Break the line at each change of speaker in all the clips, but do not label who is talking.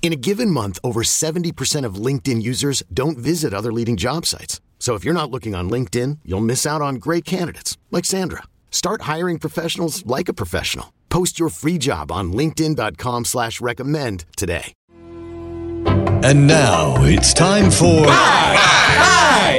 In a given month, over 70% of LinkedIn users don't visit other leading job sites. So if you're not looking on LinkedIn, you'll miss out on great candidates like Sandra. Start hiring professionals like a professional. Post your free job on linkedin.com slash recommend today.
And now it's time for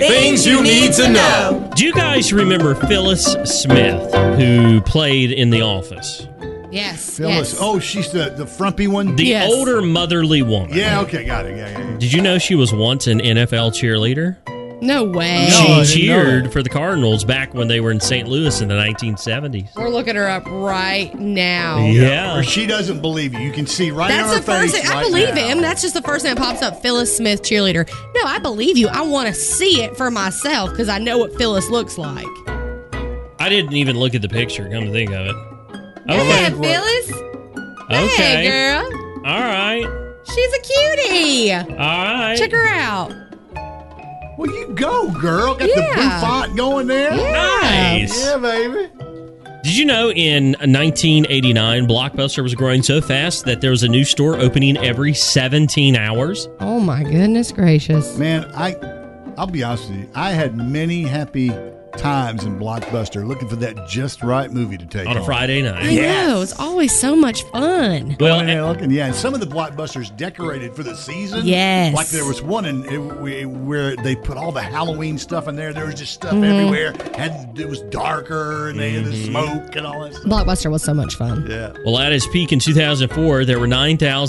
Things you need to know.
Do you guys remember Phyllis Smith, who played in The Office?
Yes.
Phyllis.
yes.
Oh, she's the, the frumpy one.
The
Yes.
older motherly woman.
yeah, okay, got it. Yeah, yeah. yeah.
Did you know she was once an NFL cheerleader?
No way.
No. I didn't know
she
that.
cheered for the Cardinals back when they were in St. Louis in the 1970s.
We're looking her up right now.
Yeah.
Or she doesn't believe you. You can see right
That's
on
the
her face.
first thing. I
right
believe
now.
him. That's just the first thing that pops up. Phyllis Smith, cheerleader. No, I believe you. I want to see it for myself because I know what Phyllis looks like.
I didn't even look at the picture, come to think of it.
Yeah,
Okay.
Phyllis.
Okay.
Hey, girl.
All right.
She's a cutie.
All right.
Check her out.
Well, you go, girl. Got the blue
Yeah.
font going there.
Nice.
Yeah, baby.
Did you know in 1989, Blockbuster was growing so fast that there was a new store opening every 17 hours?
Oh, my goodness gracious.
Man, I, I'll be honest with you. I had many happy times in Blockbuster looking for that just right movie to take
on a Friday
I
night.
know. It's always so much fun.
Well,
Yeah, looking, yeah, and some of the blockbusters decorated for the season.
Yes.
like there was one in it, we- where they put all the Halloween stuff in there. There was just
Mm-hmm.
stuff everywhere. Had it was darker and they had the smoke and all that stuff.
Blockbuster was so much fun.
Yeah,
well, at its peak in 2004, there were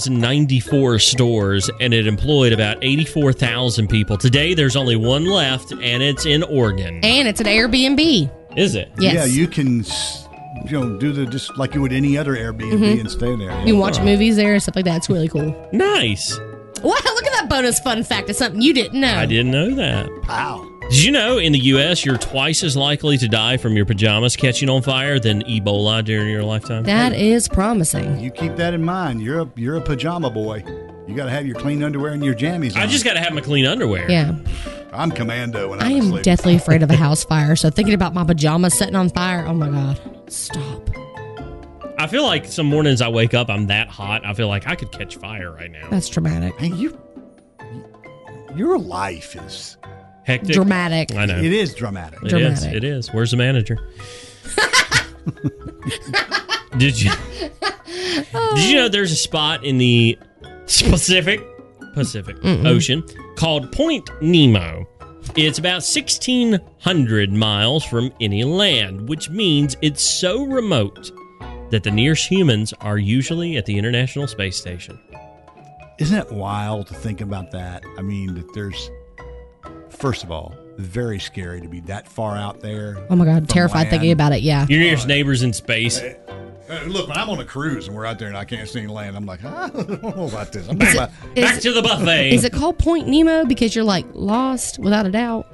9,094 stores and it employed about 84,000 people. Today, there's only one left and it's in Oregon.
And it's an Airbnb.
Is it?
Yes.
yeah, you can, s- you know, do the just like you would any other Airbnb and stay there.
Mm-hmm. You can watch movies there and stuff like that. It's really cool.
Nice.
Wow, look at that bonus fun fact. It's something you didn't know.
I didn't know that.
Wow.
Did you know in the U.S., you're twice as likely to die from your pajamas catching on fire than Ebola during your lifetime?
That is promising.
You keep that in mind. You're a you're a pajama boy. You got to have your clean underwear and your jammies.
I
on.
just got to have my clean underwear.
Yeah.
I'm commando when I'm
I am
asleep.
deathly afraid of a house fire, so thinking about my pajamas setting on fire, oh my God. Stop.
I feel like some mornings I wake up, I'm that hot. I feel like I could catch fire right now.
That's dramatic.
Hey, you, your life is
Hectic.
Dramatic.
I know.
it is dramatic.
It is.
Dramatic.
It is. Where's the manager? did you? Did you know there's a spot in the Pacific Pacific Ocean called Point Nemo? It's about 1,600 miles from any land, which means it's so remote that the nearest humans are usually at the International Space Station.
Isn't it wild to think about that? I mean, that there's, first of all, very scary to be that far out there.
Oh my God.
from
Terrified
land.
thinking about it. Yeah.
Your nearest neighbor's in space.
Uh, Look, when I'm on a cruise and we're out there and I can't see any land, I'm like, I don't know about this. I'm talking about,
Back to the buffet.
Is it called Point Nemo because you're like lost without a doubt?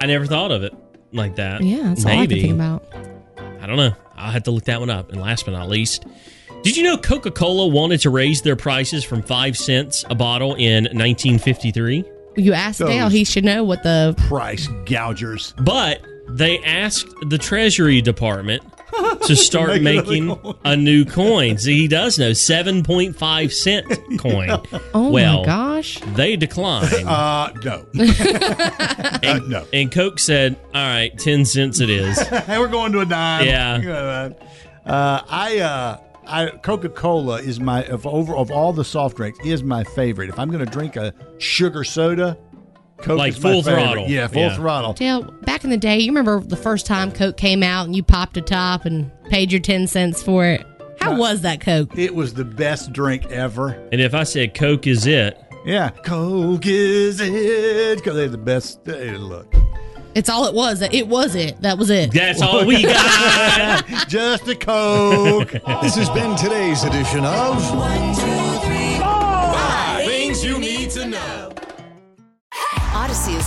I never thought of it like that.
Yeah, that's all I can think about.
I don't know. I'll have to look that one up. And last but not least, did you know Coca Cola wanted to raise their prices from five cents a bottle in 1953?
You asked
Those-
Dale, he should know what the.
price gougers.
But they asked the Treasury Department to start
Make another
making
coin.
a new coin. See, he does know 7.5 cent coin.
Oh
well,
my gosh.
They declined.
Uh, no. uh, no.
and Coke said, all right, 10 cents it is.
Hey, we're going to a dime.
Yeah.
We're going to a dime. Uh, I, uh, I Coca Cola is my of over of all the soft drinks is my favorite. If I'm going to drink a sugar soda, Coke
Like
is my
full
favorite.
throttle.
Yeah, full
Yeah.
throttle.
Dale, back in the day, you remember the first time Coke came out and you popped a top and paid your 10 cents for it? How was that Coke?
It was the best drink ever.
And if I said Coke is it,
Yeah, Coke is it? Because they had the best. Hey, look,
It's all it was. It was it. That was it.
that's all we got.
just a Coke.
This has been today's edition of Things You Need to Know.
Odyssey is